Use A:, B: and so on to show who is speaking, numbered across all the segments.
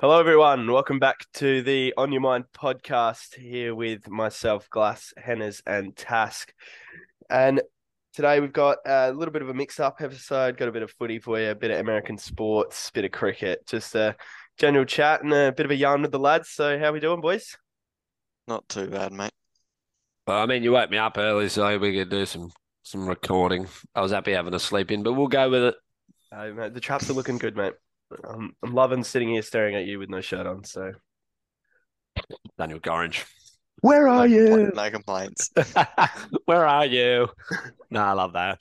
A: Hello, everyone. Welcome back to the On Your Mind podcast here with myself, Glass, Henners, and Task. And today we've got a little bit of a mix up episode, got a bit of footy for you, a bit of American sports, bit of cricket, just a general chat and a bit of a yarn with the lads. So, how we doing, boys?
B: Not too bad, mate.
C: Well, I mean, you woke me up early, so we could do some some recording. I was happy having a sleep in, but we'll go with it.
A: Uh, mate, the traps are looking good, mate. I'm, I'm loving sitting here staring at you with no shirt on. So,
C: Daniel Gorringe.
A: where are you?
B: No complaints.
C: Where are you? no, I love that.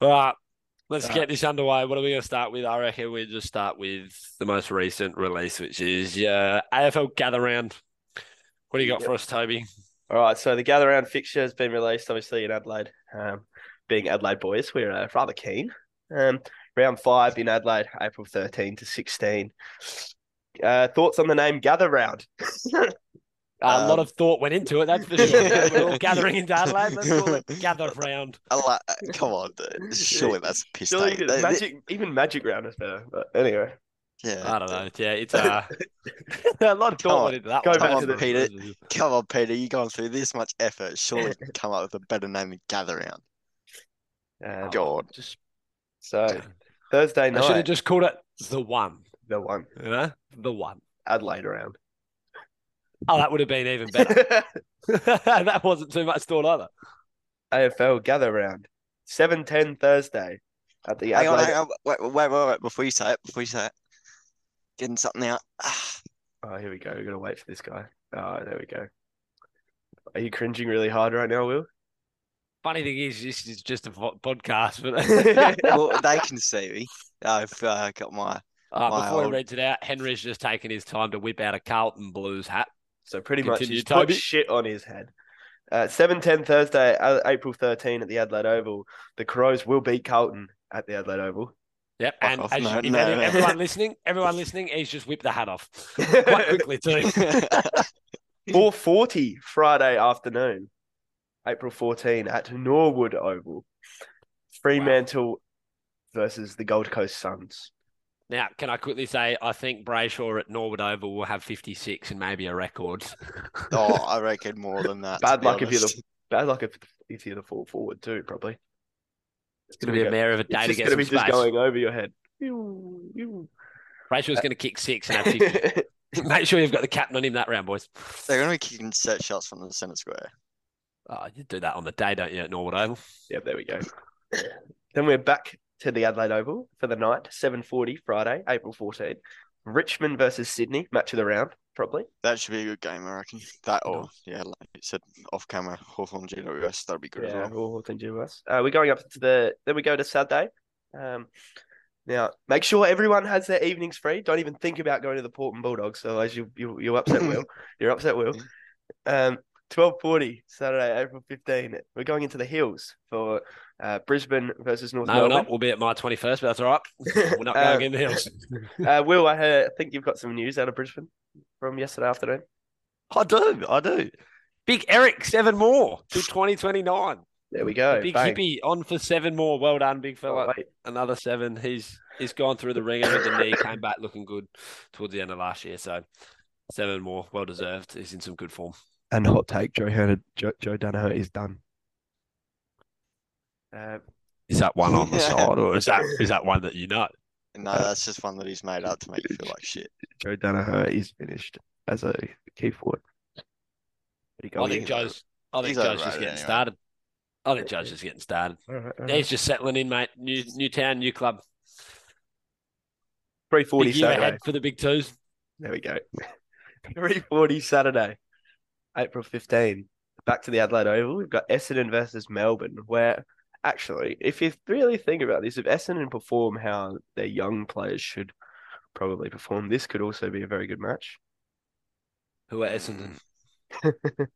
C: All right, let's get this underway. What are we going to start with? I reckon we just start with the most recent release, which is uh, AFL Gather Round. What do you got for us, Toby?
A: All right, so the gather round fixture has been released, obviously in Adelaide. Um, being Adelaide boys, we're uh, rather keen. Um, round five in Adelaide, April thirteen to sixteen. Uh, thoughts on the name Gather Round?
C: a
B: Um,
C: lot of thought went into it, that's for sure. We're all gathering into Adelaide. Let's call it Gather Round.
B: I like, come on, dude. Surely that's a piss
A: Surely
B: take. They- they-
A: magic, even Magic Round is better. But anyway,
B: Yeah.
C: I don't know. Yeah, it's uh, a lot
B: Come
C: of thought
B: on,
C: went into that
A: go
C: one.
A: back
C: Come
A: to
C: on,
B: the-
C: Peter.
B: Come on, Peter. You've gone through this much effort. Surely you can come up with a better name than Gather Round.
A: uh,
B: God.
A: just so Thursday
C: I should have
A: night,
C: just called it the one.
A: the one
C: You know, the one.
A: Adelaide round.
C: Oh, that would have been even better. that wasn't too much thought either.
A: AFL Gather Round, seven ten Thursday at the
B: Hang on,
A: Adelaide.
B: hang on. Wait, wait, wait, wait, wait. Before you say it, before you say it, getting something out. Ah,
A: Oh, here we go. We gotta wait for this guy. Oh, there we go. Are you cringing really hard right now, Will?
C: Funny thing is, this is just a vo- podcast. But
B: well, they can see me. I've uh, got my.
C: uh, before he
B: Wild.
C: reads it out, Henry's just taken his time to whip out a Carlton Blues hat.
A: So pretty much
C: Continue,
A: he's
C: Toby.
A: put shit on his head. Uh, seven ten Thursday, uh, April thirteen at the Adelaide Oval. The Crows will beat Carlton at the Adelaide Oval.
C: Yep,
A: Oh,
B: Fuck
C: and
B: off.
C: as you-
B: No,
C: if
B: no,
C: any-
B: no.
C: everyone listening, everyone listening, he's just whipped the hat off quite quickly too. Hmm.
A: Four forty Friday afternoon, April fourteen at Norwood Oval. Fremantle versus the Gold Coast Suns.
C: Now, can I quickly say, I think Brayshaw at Norwood Oval will have 56 and maybe a record.
B: oh, I reckon more than that. to
A: Bad
B: be
A: luck if you're the
B: honest.
A: bad luck if, if you're the full forward too, probably.
C: It's going to be a mare of a
A: It's
C: day to
A: just
C: get
A: gonna
C: some
A: be
C: space.
A: just going Uh, over your head. Ew, ew.
C: Brayshaw's going to kick six and have 50 Make sure you've got the captain on him that round, boys.
B: They're going to be kicking set shots from the centre square.
C: Oh, you do that on the day, don't you, at Norwood Oval?
A: yep, there we go. then we're back to the Adelaide Oval for the night, seven forty Friday, April fourteenth. Richmond versus Sydney, match of the round, probably.
B: That should be a good game, I reckon. That
C: No.
B: or yeah, like you said off camera, Hawthorn GWS, that'd be good as
A: Yeah,
B: well.
A: all thank you, Wes. Uh, we're going up to the. Then we go to Saturday. Um, now make sure everyone has their evenings free. Don't even think about going to the Portland Bulldogs, otherwise you you you upset Will. You're upset Will. Um, twelve forty Saturday, April fifteenth. We're going into the hills for uh, Brisbane versus North
C: No, we're
A: Melbourne.
C: not. We'll be at my 21st, but that's all right. We're not
A: Uh,
C: going in the hills.
A: uh, Will, I heard, I think you've got some news out of Brisbane from yesterday afternoon.
C: I do. I do. Big Eric, seven more to 2029.
A: There we
B: Oh,
A: go.
C: Big
A: Bang.
C: hippie on for seven more. Well done, big
A: Oh,
C: fella.
A: wait.
C: Another seven. He's he's gone through the ringer with the knee, came back looking good towards the end of last year. So seven more. Well deserved. He's in some good form.
A: And hot take: Joe Herner, Joe, Joe Danaher is done. Uh,
C: Is that one
B: on the side,
C: or is that is that one that you know?
B: No, uh, that's just one that he's made up to make you feel like shit.
A: Joe Danaher is finished as a key forward.
C: I think Joe's I think
B: He's
C: Joe's just
B: overrated
C: getting
B: anyway.
C: started. I think Joe's just getting started. He's just settling in, mate. New new town, new club.
A: three forty
C: Big year
A: Saturday.
C: ahead for the big twos.
A: There we go. three forty Saturday, April fifteen. Back to the Adelaide Oval. We've got Essendon versus Melbourne. Where actually, if you really think about this, if Essendon perform how their young players should probably perform, this could also be a very good match.
C: Who are Essendon?
B: I,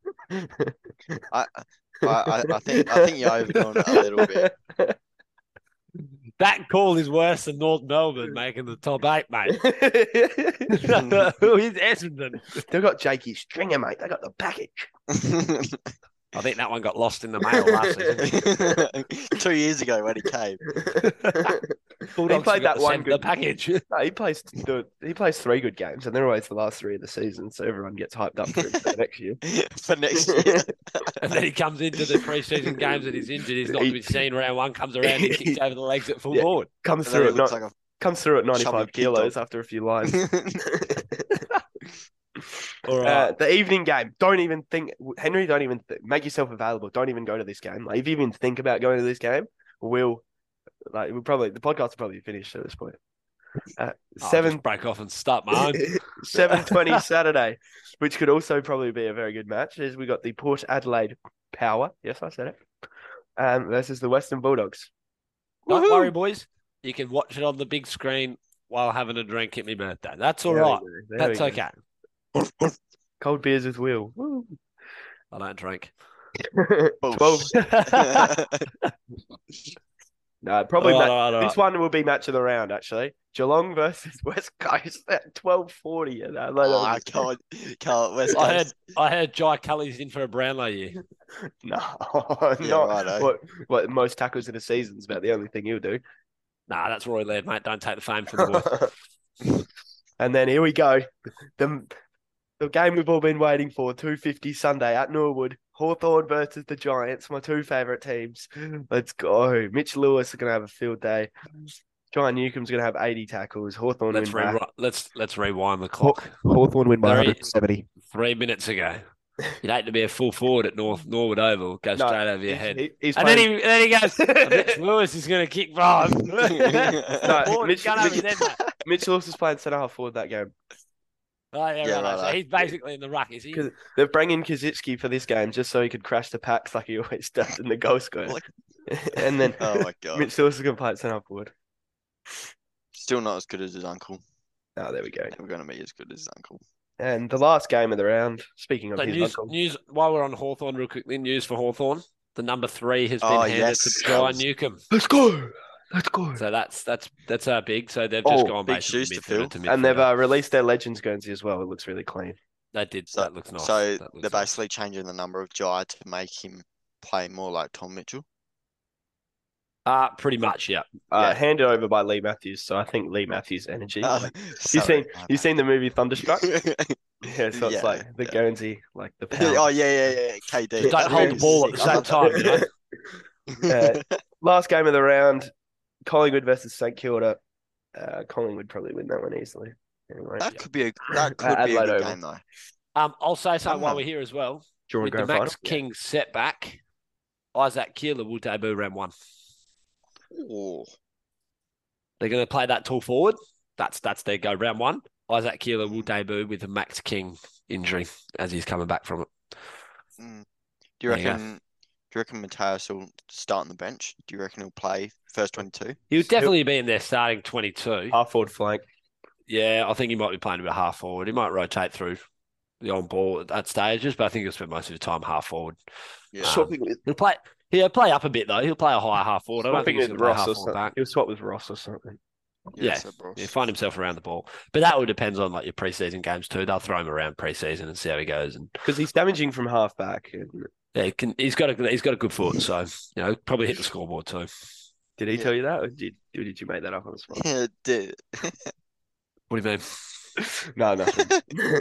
B: I, I, I think I think you're overdoing it a little bit.
C: That call is worse than North Melbourne making the top eight, mate. Who is Essendon?
A: They've got Jakey Stringer, mate. They got the package.
C: I think that one got lost in the mail last season.
B: Two years ago when he came.
C: Bulldogs
A: played
C: forgot
A: that
C: to
A: one
C: send
A: good-
C: the package.
A: No, he plays the, he plays three good games, and they're always the last three of the season, so everyone gets hyped up for him for next year.
B: for next year.
C: and then he comes into the preseason games and he's injured. He's not
A: He-
C: been seen. Round one comes around, he kicks over the legs at full
B: Yeah.
C: forward.
A: Comes
B: And then
A: through
B: he
A: at not,
B: looks like a
A: comes through at ninety
B: chubby
A: five
B: pig dog.
A: kilos after a few lines.
C: All right.
A: Uh, the evening game. Don't even think, Henry. Don't even th- make yourself available. Don't even go to this game. Like, if you even think about going to this game, we'll like we'll probably the podcast will probably finished at this point. Uh,
C: I'll Oh, just
A: seven
C: break off and start mine.
A: seven twenty Saturday, which could also probably be a very good match. Is we got the Port Adelaide Power. Yes, I said it. Um, versus the Western Bulldogs.
C: Don't
A: Woohoo!
C: worry, boys. You can watch it on the big screen while having a drink at my birthday. That's all
A: There we
C: right.
A: go, there we
C: That's
A: go.
C: okay.
A: Cold beers with Will. Woo.
C: I don't drink.
A: Twelve. No, probably
C: All
A: ma-
C: right, all right, all
A: This one will be match of the round, actually. Geelong versus West Coast at twelve forty.
B: oh, I can't, can't. West
C: I heard,
B: Coast.
C: I heard Jai Kelly's in for a Brownlow year.
A: No,
B: Yeah,
A: not
C: eh?
B: righto.
A: what, what most tackles in a season's about the only thing he'll do.
C: Nah, that's Roy Laird, mate. Don't take the fame from the boy.
A: and then here we go. The, the game we've all been waiting for, two fifty Sunday at Norwood. Hawthorn versus the Giants, my two favourite teams. Let's go. Mitch Lewis is gonna have a field day. John Newcomb's gonna have eighty tackles. Hawthorn
C: Let's
A: win by
C: re- let's let's rewind the clock.
A: Hawthorn win by
C: Very-
A: 170.
C: Three minutes ago, you'd hate to be a full forward at North Norwood Oval. Go
A: No,
C: straight over your
A: He's-
C: head.
A: he- he's
C: and then
A: playing-
C: he, and then he goes, "Oh, Mitch Lewis is going to kick five.
A: No,
C: Forward,
A: Mitch-
C: gun over
A: Mitch-
C: his head, mate.
A: Mitch Lewis is playing centre half forward that game.
C: Oh, yeah,
B: Yeah,
C: right, right.
B: right,
C: So
B: right.
C: he's basically in the ruck, is he?
A: 'Cause- They're bringing Kaczynski for this game just so he could crash the packs like he always does in the goal square.
B: Like-
A: and then
B: oh my god.
A: Mitch Lewis is going to play at centre half forward.
B: Still not as good as his uncle.
A: Oh, there we go.
B: Never going to be as good as his uncle.
A: And the last game of the round, speaking of
C: So
A: his
C: news,
A: uncle,
C: news while we're on Hawthorn, real quickly, news for Hawthorn. The number three has been
B: Oh,
C: handed
B: yes.
C: to John Newcomb.
A: let's go, let's go.
C: So that's that's that's our big. So they've just
A: Oh,
C: gone
B: big
C: basically
B: shoes to
C: midfielder
B: fill.
C: to
A: And they've
C: midfielder.
A: uh, released their Legends Guernsey as well. It looks really clean.
C: that did
B: So-
C: that looks nice.
B: So
C: That looks
B: they're
C: nice.
B: basically changing the number of Jai to make him play more like Tom Mitchell.
C: uh pretty much, yeah.
A: Uh,
B: Yeah.
A: Handed over by Lee Matthews, so I think Lee Matthews' energy.
B: Oh,
A: you
B: sorry,
A: seen
B: my
A: you
B: bad.
A: seen the movie Thunderstruck? yeah, so it's
B: Yeah,
A: like the
B: yeah.
A: Guernsey, like the pound.
B: oh yeah, yeah, yeah. KD.
C: Just don't hold the ball at the same time, you know.
A: Uh, last game of the round, Collingwood versus St Kilda. Uh, Collingwood probably win that one easily. Anyway,
B: that could be a that could be a
A: Adelaide
B: good
A: Oval.
B: game though.
C: Um I'll say something while
B: Someone-
C: we're here as well.
A: during
C: With the
A: grand
C: Max
A: final.
C: King setback, Isaac Keeler will debut round one.
B: Ooh.
C: They're gonna play that tall forward. That's that's their go round one. Isaac Keeler will debut with the Max King injury as he's coming back from it.
B: Mm. Do you
C: There you go.
B: reckon? Do you reckon Mateus will start on the bench? Do you reckon he'll play first twenty-two?
C: He'll definitely be in there starting twenty two.
A: Half forward flank.
C: Yeah, I think he might be playing a bit half forward. He might rotate through the on ball at that stages, but I think he'll spend most of his time half forward. Um,
B: Yeah.
A: Swapping with,
C: He'll play he'll play up a bit though. He'll play a higher half forward. I don't
A: swapping
C: think he's
A: with
C: gonna
A: Ross
C: play half
A: or
C: forward
A: something.
C: back.
A: He'll swap with Ross or something.
C: Yeah.
B: so Ross.
C: Yeah, find himself around the ball. But that all depends on like your preseason games too. They'll throw him around preseason and see how he goes. And
A: Because he's damaging from half back.
C: yeah, he can, he's got a he's got a good foot, so you know probably hit the scoreboard too.
A: Did he
B: Yeah.
A: tell you that, or did, or did you make that up on the spot?
B: Yeah, dude.
C: What do you mean?
A: no, nothing. no,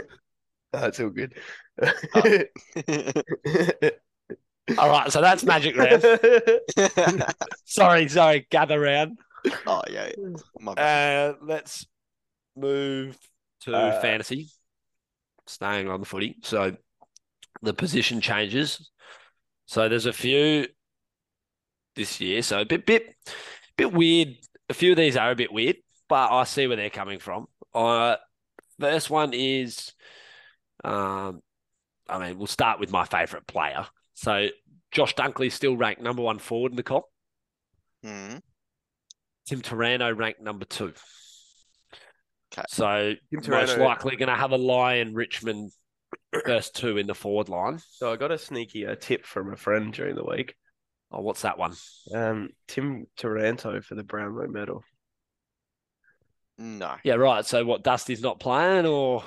A: it's all good.
C: Oh. All right, so that's magic round. sorry, sorry, gather round.
B: oh yeah, my bad.
C: Uh, let's move to
A: Uh,
C: fantasy. Staying on the footy, so the position changes. So there's a few this year. So a bit, bit, bit weird. A few of these are a bit weird, but I see where they're coming from. Uh, first one is, um, I mean, we'll start with my favourite player. So Josh Dunkley's still ranked number one forward in the comp.
A: Uh,
B: Mm.
C: Tim Tarano ranked number two.
B: Okay.
C: So
A: Tim
C: most
A: Tarano-
C: likely going to have a lie in Richmond first two in the forward line.
A: so I got a sneaky uh, tip from a friend during the week.
C: Oh, what's that one?
A: Um, Tim Taranto for the Brownlow medal.
B: No.
C: Yeah, right. So what? Dusty's not playing, or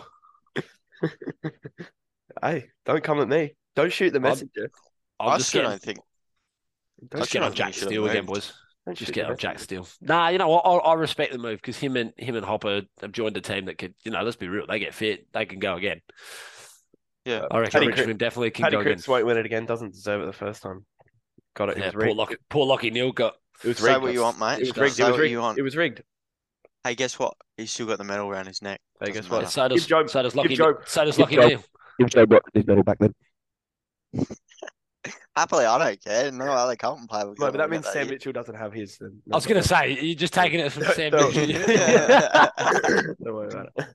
A: Hey, don't come at me. Don't shoot the
C: I'm-
A: messenger.
C: I'm
B: I
C: just
B: still
C: getting,
B: don't think.
A: Don't
B: I
A: shoot
C: just
B: still
C: getting
B: don't
C: on
B: think
C: Jack
B: he should have
C: Steele again,
B: moved.
C: boys.
A: Don't
C: Just
A: shoot
C: get
A: the
C: on Jack
A: messenger.
C: Steele. Nah, you know what? I, I respect the move because him and him and Hopper have joined a team that could, you know, let's be real, they get fit, they can go again.
B: Yeah.
C: I reckon
A: Paddy
C: Richmond
A: Cri-
C: definitely can
A: Paddy
C: go
A: Cripps
C: again.
A: won't win it again. Doesn't deserve it the first time. Got it. it
C: Yeah,
A: was rigged.
C: poor Lockie, poor Lockie Neal got.
A: It was
B: Say
A: rigged.
B: what you want, mate.
A: It was
C: Say
A: rigged. It
B: what
A: was
B: you
A: rigged.
B: want.
A: It was rigged.
B: Hey, guess what? He's still got the medal around his neck.
A: Hey,
B: Doesn't
A: guess what?
B: matter.
C: So does,
A: Give Joe-
C: so does Lockie.
A: Joe-
C: so does
A: give
C: Lockie
A: Joe-
C: Neal.
A: If Joe Brock his medal back then.
B: Happily, I don't care. No other Carlton player. will
A: No, but
B: get
A: that
B: one
A: means
B: without
A: Sam
B: you.
A: Mitchell doesn't have his. Then.
C: I was going to say you're just taking it from
A: Don't-
C: Sam.
A: don't.
C: Mitchell.
A: Don't worry about it.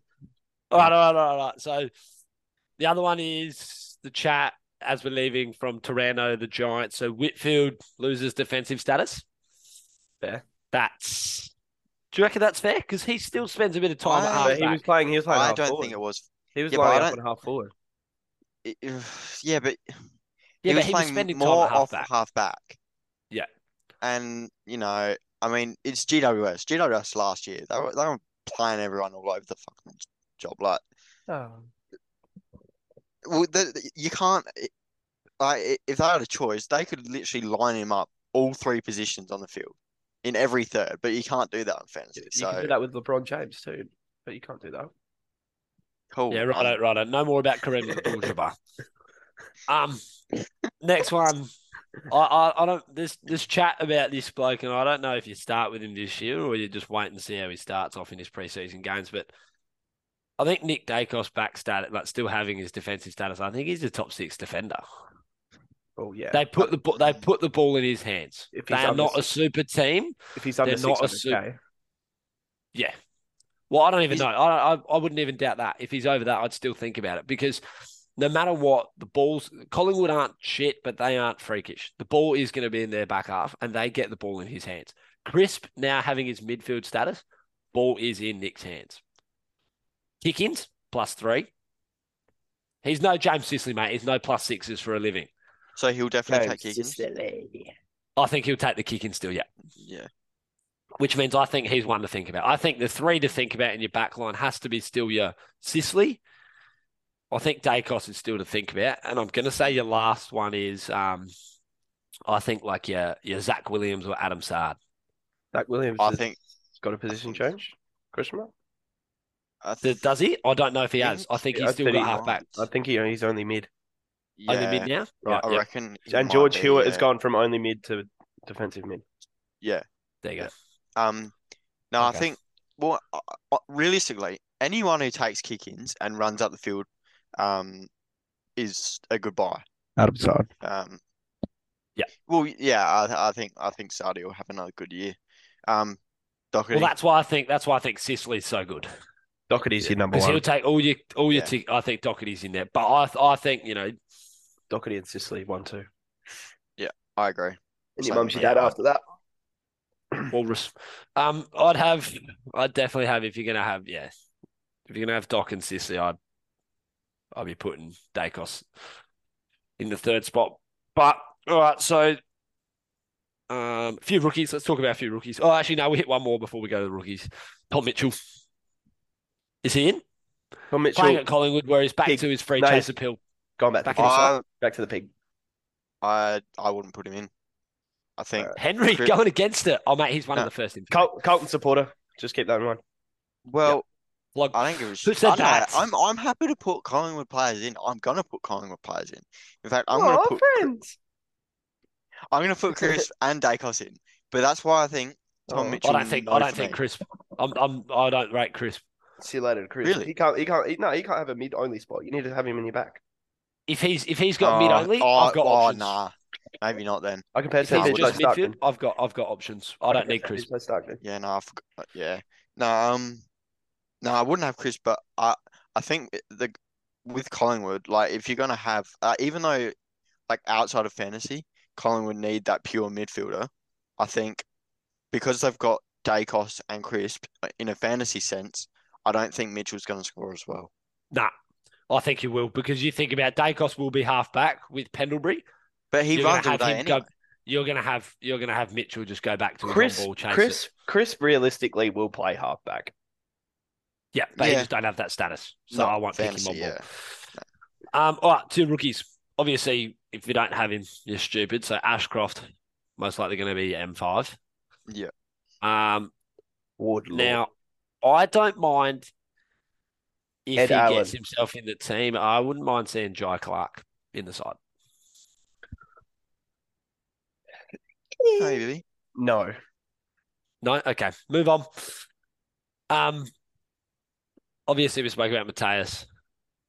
C: All right, all right, all right, all right. So the other one is the chat as we're leaving from Toronto, the Giants. So Whitfield loses defensive status.
A: Fair.
C: That's. Do you reckon that's fair? Because he still spends a bit of
B: I-
C: time at
A: But he
C: halfback.
A: was playing. He was playing.
B: I
A: half
B: don't
A: forward.
B: think it was.
A: He was
B: Yeah, but
A: lining
B: I
A: up
B: don't-
A: and half forward.
B: it- yeah, but
C: yeah,
B: he
C: but
B: was
C: he was
B: playing
C: spending time
B: more
C: at
B: off
C: halfback.
B: halfback.
C: Yeah.
B: And, you know, I mean, it's GWS. GWS last year, they were, they were playing everyone all over the fucking job. Like, Oh. well, the, the- you can't, it- like, i- if they had a choice, they could literally line him up all three positions on the field in every third, but you can't do that in fantasy.
A: You
B: so,
A: can do that with LeBron James too, but you can't do that. Oh,
B: cool.
C: Yeah,
B: um,
C: right, right. No more about Kareem Abdul-Jabbar. um, next one. I, I, I don't. This this chat about this bloke, and I don't know if you start with him this year or you just wait and see how he starts off in his preseason games. But I think Nick Dacos back stat, like still having his defensive status. I think he's a top six defender.
A: Oh yeah.
C: They put the bu- they put the ball in his hands.
A: If
C: They
A: he's
C: are
A: under
C: not a
A: six-
C: super team.
A: if he's under
C: they're not a
A: 600k,
C: Yeah. Well, I don't even
B: He's-
C: know. I, I I wouldn't even doubt that. If he's over that, I'd still think about it because no matter what, the balls Collingwood aren't shit, but they aren't freakish. The ball is going to be in their back half, and they get the ball in his hands. Crisp now having his midfield status, ball is in Nick's hands. Kick-ins plus three. He's no James Sicily, mate. He's no plus sixes for a living.
B: So he'll definitely
A: James
B: take Higgins.
C: I think he'll take the kick-in still. Yeah.
B: Yeah.
C: which means I think he's one to think about. I think the three to think about in your back line has to be still your Sicily. I think Dacos is still to think about. And I'm going to say your last one is, um, I think, like your, your Zach Williams or Adam Sard.
A: Zach Williams.
B: I
A: has
B: think-
A: got a position
B: think-
A: change. Question mark.
B: I
C: Th-
B: th-
C: Does he? I don't know if he has. I think
A: Yeah,
C: he's
A: I
C: still
A: think
C: got
A: he-
C: half back.
A: I think he, he's only mid.
C: Only
B: yeah,
C: mid now? Right.
B: I
C: yep,
B: reckon. he
A: And
B: might
A: George
B: be,
A: Hewitt
B: yeah.
A: has gone from only mid to defensive mid.
B: Yeah.
C: There you go.
B: Um, no, I
C: Okay.
B: think, well, I- I- realistically, anyone who takes kick-ins and runs up the field, um, is a good buy.
A: Adam Sard.
B: Um,
C: Yeah.
B: Well, yeah, I, I think I think Saudi will have another good year. Um, Doherty,
C: Well, that's why I think that's why I think Sicily's so good.
A: Doherty's your number
C: Because he'll
A: one.
C: take all your all your
B: Yeah.
C: tick I think Doherty's in there. But I th- I think, you know,
A: Doherty and Sicily one two.
B: I agree.
A: And your
B: Same
A: mum's your
B: with
A: dad
B: me.
A: after that.
C: Walrus. Um, I'd have, I'd definitely have if you're gonna have, yeah, if you're gonna have Doc and Sissy, I'd, I'd be putting Dacos in the third spot. But all right, so um, a few rookies. Let's talk about a few rookies. Oh, actually, no, we hit one more before we go to the rookies. Tom Mitchell, is he in?
A: Tom
C: Playing
A: Mitchell
C: at Collingwood, where he's back
A: Pig.
C: to his free
A: No,
C: chase appeal.
A: gone back,
C: Back
A: to the
C: in
A: pig.
C: the
B: I,
A: back to the pig.
B: I I wouldn't put him in. I think
C: Henry
B: uh, Chris-
C: going against it. Oh mate, he's one
B: No.
C: of the first in.
A: Col- Colton supporter. Just keep that in mind.
B: well,
C: Flog.
B: I don't give a
C: Who
B: shit.
C: said
B: I don't know.
C: that?
B: I'm I'm happy to put Collingwood players in. I'm gonna put Collingwood players in. In fact, I'm
A: Aw,
C: Oh,
B: gonna put Chris-
A: friends.
B: I'm gonna put Chris and Dacos in. But that's why I think Tom
A: Oh.
B: Mitchell
C: I don't think. I
B: no
C: don't
B: for
C: think
B: me.
C: Crisp. I'm. I'm. I don't rate Crisp.
A: See you later, Chris.
B: Really?
A: He can't. He can't. He, no, he can't have a mid only spot. You need to have him in your back.
C: If he's if he's got mid
B: Oh,
C: only,
B: oh,
C: I've got
B: oh,
C: options.
B: nah. Maybe not then.
A: I compare
C: If he's
A: Sam
B: Nah,
A: Mitchell
C: just
A: to
C: midfield,
A: Starkman.
C: I've got I've got options. I don't need Crisp.
A: Mitchell to Starkman.
B: Yeah, no, I forgot. Yeah, no, um, no, I wouldn't have Chris, but I, I think the with Collingwood, like if you're gonna have, uh, even though, like outside of fantasy, Collingwood need that pure midfielder. I think because they've got Dacos and Crisp uh, in a fantasy sense, I don't think Mitchell's gonna score as well.
C: Nah, I think you will because you think about Dacos will be half back with Pendlebury.
B: But he
C: you're
B: runs all
C: gonna have
B: day
C: him
B: anyway.
C: go. You're gonna have you're gonna have Mitchell just go back to his
A: Chris,
C: on ball chase. it.
A: Chris, Chris, realistically will play halfback.
C: Yeah, but he
B: Yeah.
C: just don't have that status, so
B: Not
C: I won't pick him
B: fantasy,
C: on ball. Um, all right, two rookies. Obviously, if you don't have him, you're stupid. So Ashcroft most likely going to be M five.
B: Yeah.
C: Um,
A: Wardlaw.
C: now, I don't mind if
A: Ed
C: he
A: Allen.
C: gets himself in the team. I wouldn't mind seeing Jai Clark in the side.
B: Maybe.
A: no.
C: No, okay, move on. Um, obviously we spoke about Mateus.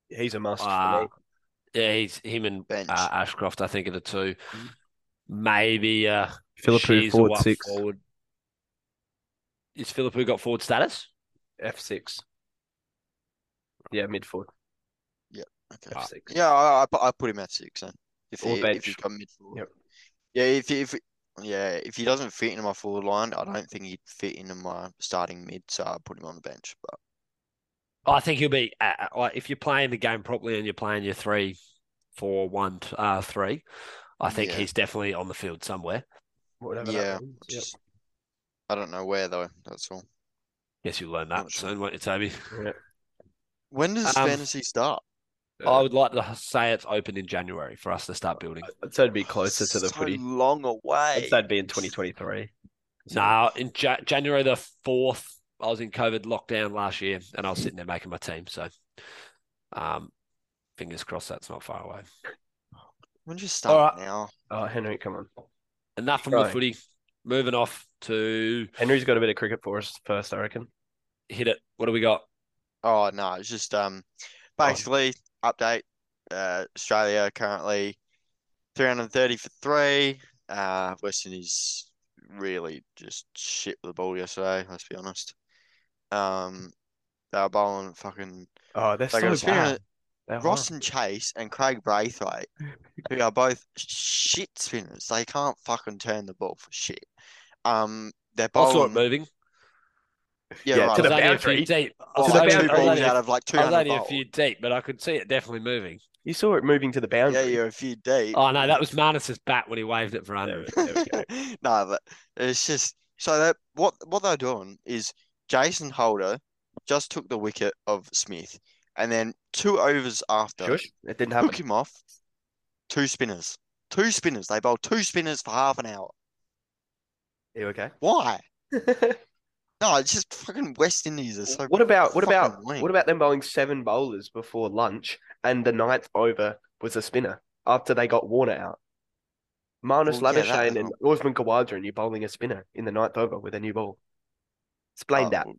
A: He's a must
C: Uh,
A: for me.
C: Yeah, he's him and uh,
B: Bench.
C: Ashcroft. I think are the two. Maybe uh,
D: Philippou
C: Shea's the
D: forward
C: one
D: six.
C: forward. Is Philippou got forward status?
A: F six. Yeah, midfield.
B: okay.
A: F six.
B: Yeah, I, I put I put him at six then. If
A: Or
B: he
A: uh, bench.
B: if he's got mid forward.
A: Yep.
B: Yeah, if he- if he- yeah, if he doesn't fit into my forward line, I don't think he'd fit into my starting mid, so I put him on the bench. But
C: I think he'll be uh, uh, like if you're playing the game properly and you're playing your three, four, one, t- uh, three. I think
B: Yeah.
C: he's definitely on the field somewhere.
A: Whatever
B: Yeah,
A: that means. Yep.
B: just I don't know where though, that's all.
C: Guess you'll learn
B: Not
C: that
B: sure.
C: soon, won't you, Toby?
B: When does
C: Um,
B: fantasy start?
C: I would like to say it's open in January for us to start building.
A: So it'd be closer to the
B: so
A: footy.
B: long away.
A: That'd be in 2023.
C: No, in ja- January the 4th, I was in COVID lockdown last year and I was sitting there making my team. So, um, fingers crossed that's not far away.
B: When do you start
C: Alright.
B: now?
A: Oh, Henry, come on.
C: Enough from the
A: Right.
C: footy. Moving off to
A: Henry's got a bit of cricket for us first, I reckon.
C: hit it. What do we got?
B: Oh no, it's just um basically update uh Australia currently 330 for three. Uh West Indies really just shit with the ball yesterday, let's be honest. Um they were bowling fucking
A: Oh, they're
B: like it was
A: so bad.
B: spinner-
A: They are.
B: Ross and Chase and Craig Braithwaite, who are both shit spinners. They can't fucking turn the ball for shit. Um they're
C: I saw it
B: bowling
C: moving.
B: yeah,
A: Yeah,
B: right.
A: to
C: I
A: the
C: was only a few
A: boundary.
C: deep. I
B: Well,
C: was
A: To the
B: like
C: only-
B: two
A: boundary.
C: I was
B: balls
C: only-
B: Oh, out of like
C: I was
B: 200
C: only a
B: bowled.
C: few deep, but I could see it definitely moving.
A: You saw it moving to the
B: Yeah,
A: boundary.
B: you're a few deep.
C: Oh no, that was Marnus's bat when he waved it for
A: There
C: under.
A: we- there we go.
B: No, but it's just so that what what they're doing is Jason Holder just took the wicket of Smith, and then two overs after,
A: Shush. It didn't
B: took
A: happen.
B: him off. Two spinners, two spinners. They bowled two spinners for half an hour.
A: Are you okay?
B: Why? No, it's just fucking West Indies are so.
A: what about what about
B: fucking lame.
A: what about them bowling seven bowlers before lunch and the ninth over was a spinner after they got Warner out? Manus
B: Well, yeah, that
A: Labuschagne
B: as
A: and Osman Gawadra, and you're bowling a spinner in the ninth over with a new ball. Explain
B: Oh,
A: that.
B: well,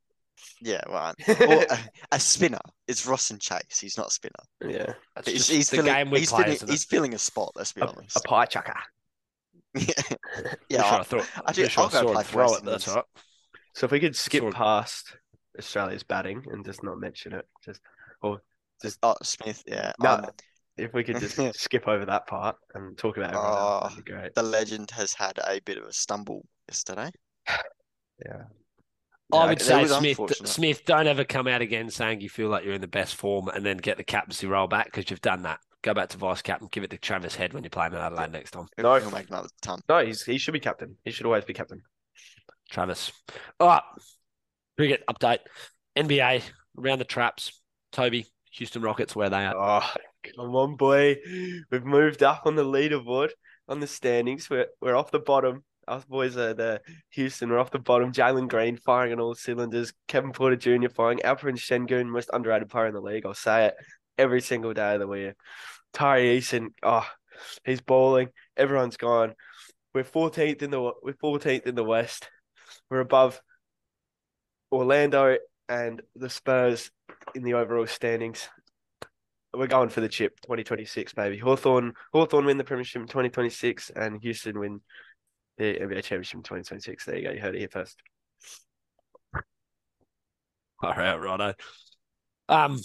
B: Yeah, right. Well, a, a spinner. It's Ross and Chase. He's not a spinner.
A: yeah,
C: That's
B: He's,
C: just
B: he's
C: the
B: filling,
C: game we
B: he's
C: play,
B: filling,
C: isn't it?
B: he's filling a spot. Let's be
A: a,
B: honest.
A: a pie chucker.
B: yeah,
C: Pretty sure
B: I-
C: I, threw it.
B: I did-
C: pretty sure
B: I'll
C: I
B: go
C: saw
B: play
C: him
B: for
C: throw
B: West
C: it. but That's
B: Indies.
C: right.
A: So if we could skip
C: Sort of-
A: past Australia's batting and just not mention it, just
B: Oh, Smith, yeah.
A: No,
B: um,
A: if we could just skip over that part and talk about everyone
B: Ah.
A: else, that'd be great.
B: the legend has had a bit of a stumble yesterday.
C: I
B: Yeah,
C: would
B: it
C: say
B: was
C: Smith,
B: unfortunate.
C: Smith, don't ever come out again saying you feel like you're in the best form and then get the captaincy role back because you've done that. Go back to vice captain, give it to Travis Head when you're playing in Adelaide next time.
B: He'll-
A: No.
B: he'll make another ton.
A: No, he's, he should be captain. He should always be captain.
C: Travis. All right. Cricket update. NBA, around the traps. Toby, Houston Rockets, where they are.
A: Oh, come on, boy. We've moved up on the leaderboard on the standings. We're we're off the bottom. Us boys are the Houston. We're off the bottom. Jalen Green firing on all cylinders. Kevin Porter Jr. firing. Alperin Shengun, most underrated player in the league. I'll say it every single day of the year. Tyree Eason, oh, he's balling. Everyone's gone. We're 14th in the we're 14th in the West. We're above Orlando and the Spurs in the overall standings we're going for the chip 2026 baby Hawthorn Hawthorn win the premiership in 2026 and Houston win the NBA championship in 2026 there you go you heard it here first
C: All right, righto. Um,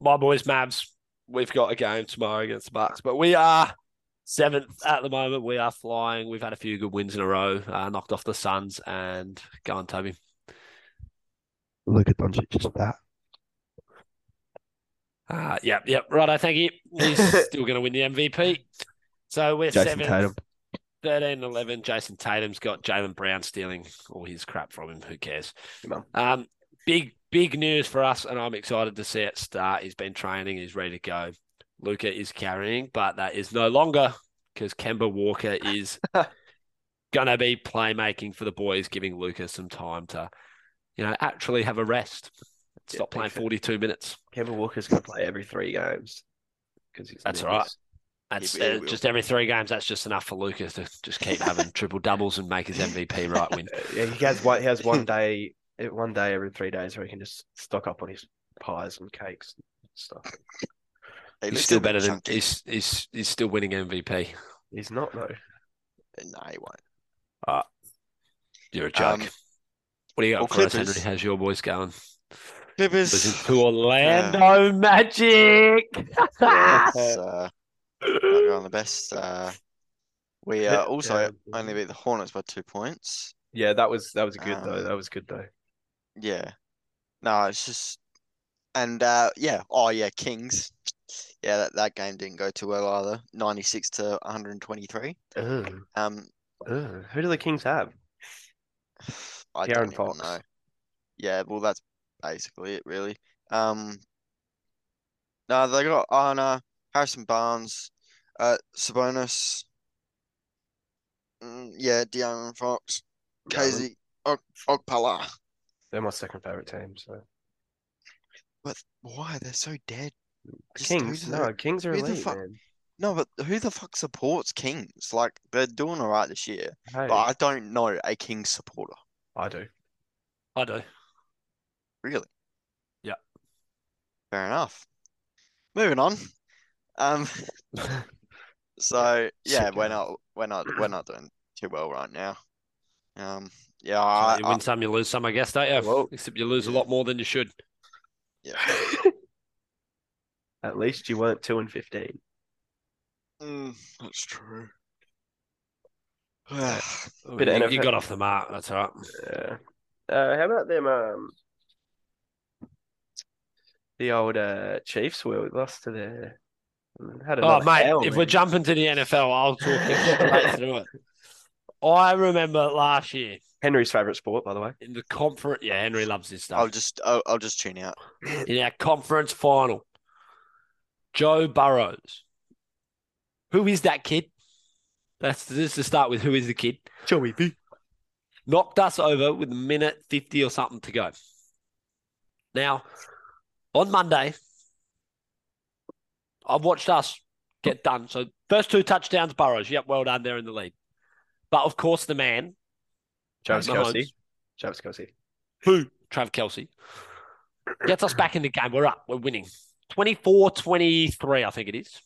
C: my boys, Mavs, we've got a game tomorrow against the Bucks, but we are seventh at the moment. We are flying. We've had a few good wins in a row. Uh, knocked off the Suns and go on, Toby.
D: Look at Doncic, just that.
C: Uh, yep, yep. Righto, thank you. He's still going to win the MVP. So we're
D: Jason
C: seventh,
D: Tatum.
C: 13 11. Jason Tatum's got Jalen Brown stealing all his crap from him. Who cares?
A: Come on.
C: Um, big, big news for us, and I'm excited to see it start. He's been training, he's ready to go. Luca is carrying, but that is no longer because Kemba Walker is gonna be playmaking for the boys, giving Luca some time to, you know, actually have a rest. Stop
A: Yeah,
C: playing
A: okay.
C: 42 minutes.
A: Kevin Walker's going to play every three games because he's
C: That's
A: nervous.
C: all right. That's
B: Yeah,
C: uh,
B: we will.
C: just every three games. That's just enough for Lucas to just keep having triple doubles and make his MVP right win.
A: Uh, Yeah, he has one. He has one day, eh, one day every three days where he can just stock up on his pies and cakes and stuff.
B: Hey,
C: He's
B: let's
C: still
B: do
C: better than
B: something.
C: he's, he's he's still winning MVP.
A: He's not though.
B: No, he won't.
C: You're a
B: Um,
C: joke. what do you got
B: well,
C: for us, Henry?
B: Clippers-
C: How's your boys going? Listen
B: Clippers.
C: to Orlando Magic.
B: Yeah, it's, uh, not going the best. Uh, we uh, also
A: Yeah.
B: only beat the Hornets by two points.
A: Yeah, that was that was good though.
B: Um,
A: That was good though.
B: Yeah. No, it's just and uh yeah, oh yeah, Kings. Yeah, that, that game didn't go too well either. 96 to 123.
A: Ugh,
B: Um
A: ugh. Who do the Kings have?
B: I
A: De'Aaron
B: don't even
A: Fox.
B: know. Yeah, well that's basically it really. Um No, they got oh no, Harrison Barnes, uh Sabonis. Mm, yeah, De'Aaron Fox, Casey Og Ogpala.
A: They're my second favorite team. So
B: But why? They're so dead. Just who
A: Kings,
B: do they-
A: no, Kings are
B: who the
A: elite,
B: fuck-
A: man.
B: No, but who the fuck supports Kings? Like they're doing all right this year,
A: Hey,
B: but I don't know a Kings supporter,
A: I do.
C: I do.
B: really.
C: Yeah.
B: Fair enough. Moving on. Um, so yeah,
A: Sick
B: we're
A: game.
B: not we're not we're not doing too well right now. Um, yeah,
C: So
B: I,
C: you
B: I
C: win some, you lose some, I guess, don't you?
A: Well-
C: Except you lose a lot more than you should.
A: At least you weren't two and fifteen.
B: mm, that's true.
A: Bit of
C: you, you
A: NFL.
C: got off the mark. That's all right.
A: Yeah. Uh, how about them? Um, the old uh, Chiefs were lost to the. Had
C: Oh,
A: another
C: mate,
A: L,
C: if
A: man.
C: we're jumping to the NFL, I'll talk you straight through it. I remember last year
A: Henry's favorite sport, by the way.
C: in the conference. Yeah, Henry loves his stuff.
B: I'll just I'll, I'll just tune out.
C: in our conference final. Joe Burrows. Who is that kid? That's just to start with. Who is the kid?
A: Joey B.
C: Knocked us over with a minute 50 or something to go. Now, on Monday, I've watched us get done. So, first two touchdowns, Burrows. Yep, well done. They're in the lead. But of course, the man,
A: Travis
C: Mahomes,
A: Kelsey. Travis Kelsey.
C: who? Trav Kelsey. Gets us back in the game. We're up. We're winning. 24 23, I think it is.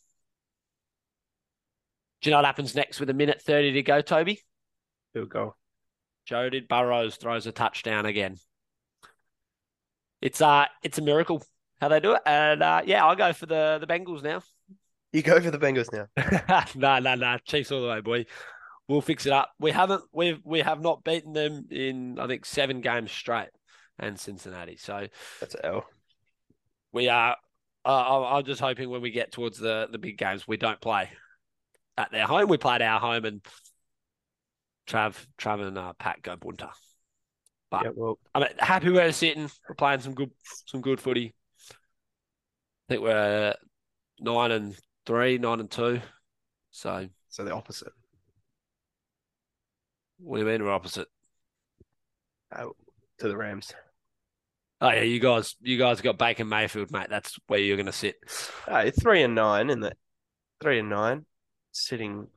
C: Do you know what happens next with a minute 30 to go, Toby?
A: Field goal.
C: Jody Burrows throws a touchdown again. It's uh it's a miracle how they do it. And uh, yeah, I'll go for the, the Bengals now.
A: You go for the Bengals now.
C: no, no, no. Chiefs all the way, boy. We'll fix it up. We haven't we've we have not beaten them in I think seven games straight and Cincinnati. So
A: That's an L.
C: we are. Uh, I- I'm just hoping when we get towards the the big games, we don't play at their home. We play at our home, and Trav, Trav, and uh, Pat go bunter. But-
A: yeah, well,
C: I mean, happy where we're sitting. We're playing some good, some good footy. I think we're nine and three, nine and two. So
A: so the opposite.
C: what do you mean we're opposite?
A: Out to the Rams.
C: Oh yeah, you guys, you guys got Bacon Mayfield, mate. That's where you're going to sit.
A: Hey, Ah, three and nine in the three and nine. Sitting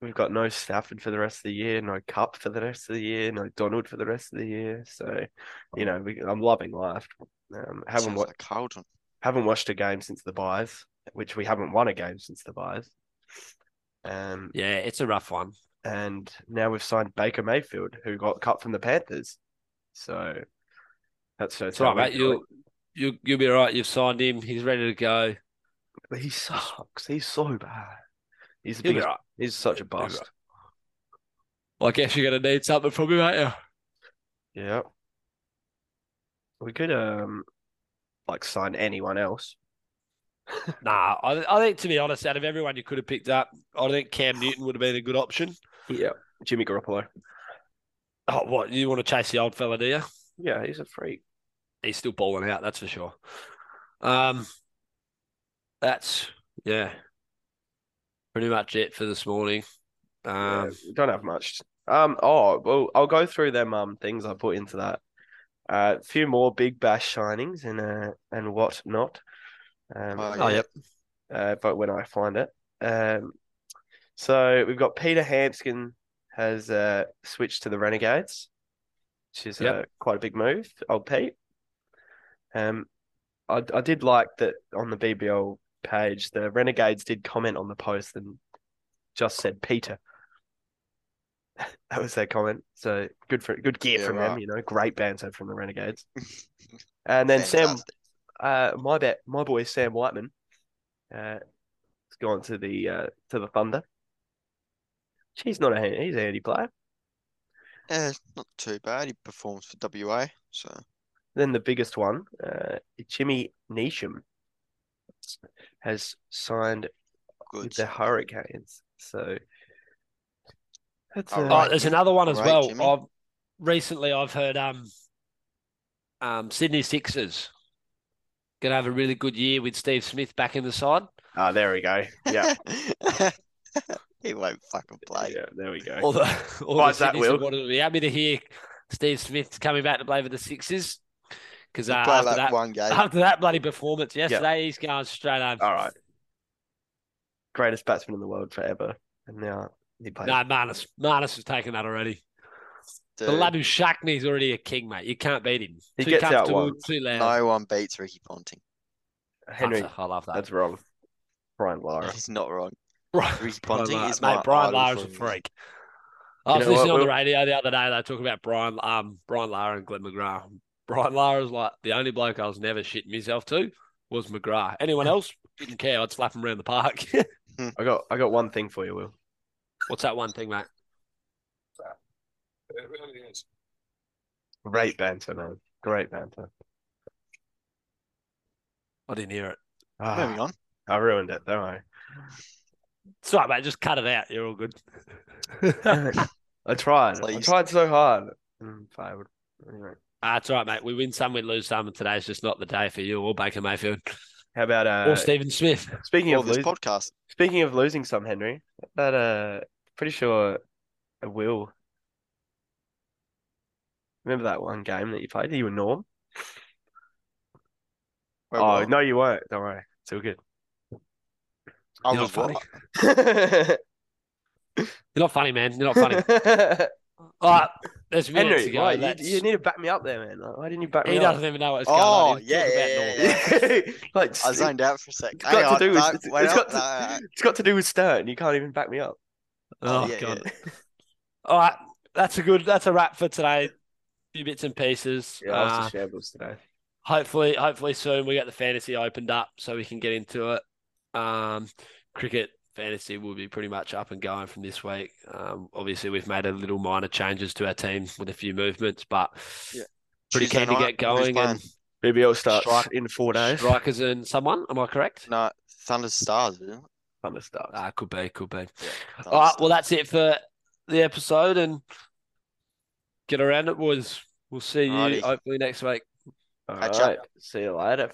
A: we've got no Stafford for the rest of the year, no Cup for the rest of the year, no Donald for the rest of the year. So, you know, we, I'm loving life. Um, haven't
B: Sounds
A: wa-
B: like Carlton.
A: haven't watched a game since the buys, which we haven't won a game since the buys. Um,
C: Yeah, it's a rough one.
A: and now we've signed Baker Mayfield, who got cut from the Panthers. So that's so.
C: It's all right, mate. You'll, you, you'll be all right. You've signed him. He's ready to go.
A: But he sucks. He's so bad. He's the
C: He'll be
A: biggest,
C: all right.
A: He's such a
C: He'll be all
A: bust.
C: right. Well, I guess you're going to need something from him, aren't you?
A: Yeah. We could um like sign anyone else.
C: Nah, I, I think to be honest, out of everyone you could have picked up, I think Cam Newton would have been a good option.
A: Yeah. Jimmy Garoppolo.
C: Oh, what you want to chase the old fella, do you?
A: Yeah, he's a freak.
C: He's still balling out, that's for sure. Um, that's yeah, pretty much it for this morning.
A: Yeah,
C: Um,
A: we don't have much. Um. Oh well, I'll go through them. Um. Things I put into that. A uh, few more big bash signings and uh and whatnot. Um.
B: Oh,
C: Oh, yep.
A: uh, but when I find it. Um, so we've got Peter Hampskin has uh, switched to the Renegades, which is uh,
C: Yep.
A: quite a big move. Old Pete. Um, I, I did like that on the BBL page. The Renegades did comment on the post and just said Peter. that was their comment. So good for good gear
B: Yeah,
A: from them.
B: right.
A: You know, great banter from the Renegades. And then Sam
B: Fantastic.
A: uh, my bet, my boy Sam Whiteman, uh, has gone to the uh, to the Thunder. He's not a hand- he's a handy player.
B: Yeah, it's not too bad. He performs for WA, so
A: Then the biggest one, uh, Jimmy Neesham, has signed
B: good.
A: with the Hurricanes. So that's
B: All
A: uh,
C: Oh,
B: right.
C: there's another one as
B: Right,
C: well.
B: Jimmy.
C: I've, recently, I've heard um, um, Sydney Sixers gonna have a really good year with Steve Smith back in the side.
A: ah, there we go. Yeah,
B: He won't fucking play.
A: yeah, there we go.
C: All the, all the
A: Bite that,
C: Sydney
A: Will.
C: supporters will be happy to hear Steve Smith coming back to play for the Sixers because uh,
B: He'll play
C: after
B: like
C: that,
B: one game.
C: after that bloody performance yesterday, he's going straight home.
A: All right, greatest batsman in the world forever, and now he plays.
C: No, Marnus. Marnus has taken that already. The
B: Dude,
C: lad who shacked me is already a king, mate. You can't beat him.
A: He
C: too
A: gets out
C: comfortable,
A: once.
C: too loud.
B: no one beats Ricky Ponting.
A: Henry,
C: That's- I love that.
A: that's wrong. Brian Lara.
B: He's not wrong.
C: Brian,
B: Ricky Ponting
C: Lara-
B: is
C: mate,
B: my
C: Brian
B: idol
C: Lara's
B: for
C: a
B: a reason.
C: freak. I was
A: know what,
C: listening on the
A: Will?
C: radio the other day. They talk about Brian, um, Brian Lara and Glenn McGrath. Brian Lara's like the only bloke I was never shitting myself to was McGrath. Anyone else didn't care. I'd slap him around the park.
A: I got I got one thing for you, Will.
C: What's that one thing, mate?
A: Great banter, man. Great banter.
C: I didn't hear it.
A: Ah,
B: Moving on.
A: I ruined it, don't I?
C: It's all right, mate. Just cut it out. You're all good.
A: I tried. I
B: Please.
A: tried so hard and failed. Anyway.
C: Ah, it's all right, mate. We win some, we lose some, and today's just not the day for you or Baker Mayfield
A: How about uh
C: or Stephen Smith.
A: speaking
B: Or
A: of
B: this
A: losing
B: podcast.
A: speaking of losing some, Henry, that uh pretty sure it will. Remember that one game that you played? You were Norm?
B: Wait,
A: oh
B: what?
A: no you won't, don't worry. It's all good.
B: I
C: You're
B: was
C: not
B: what?
C: funny. You're not funny, man. You're not funny. all right, there's minutes
A: Henry,
C: ago.
A: why, you,
C: that's-
A: you need to back me up there, man. Like, Why didn't you back me
C: he
A: up?
C: doesn't even know what's going
B: Oh,
C: on. He's
B: yeah,
C: talking
B: yeah,
C: about
B: yeah,
C: Norm.
B: yeah.
A: like
B: I
A: just-
B: zoned out for a sec.
A: It's got to
B: Hang
A: do with
B: on, no,
A: it's,
B: wait
A: it's got
B: up,
A: to,
B: no, no, no.
A: it's got to do with Stern. You can't even back me up.
C: Oh,
B: Yeah,
C: God.
B: yeah.
C: All right, Oh, that's a good. That's a wrap for today. Few bits and pieces.
B: Ah.
C: Uh,
A: shambles today.
C: hopefully, hopefully soon we get the fantasy opened up so we can get into it. Um, cricket fantasy will be pretty much up and going from this week. Um, obviously we've made a little minor changes to our team with a few movements, but
B: Yeah.
C: pretty
B: Tuesday
C: keen to
B: night,
C: get
B: who's
C: going. And
A: BBL starts
C: Strike-
A: in four days.
C: strikers and someone, am I correct?
B: No, Thunder uh, Stars, isn't it?
A: Thunder starts.
C: Ah, could be, could be.
B: Yeah, Thunder
C: All right,
B: Stars.
C: well that's it for the episode, and get around it, boys. We'll see you
B: Alrighty.
C: hopefully next week.
A: All
B: catch
A: right. See you later.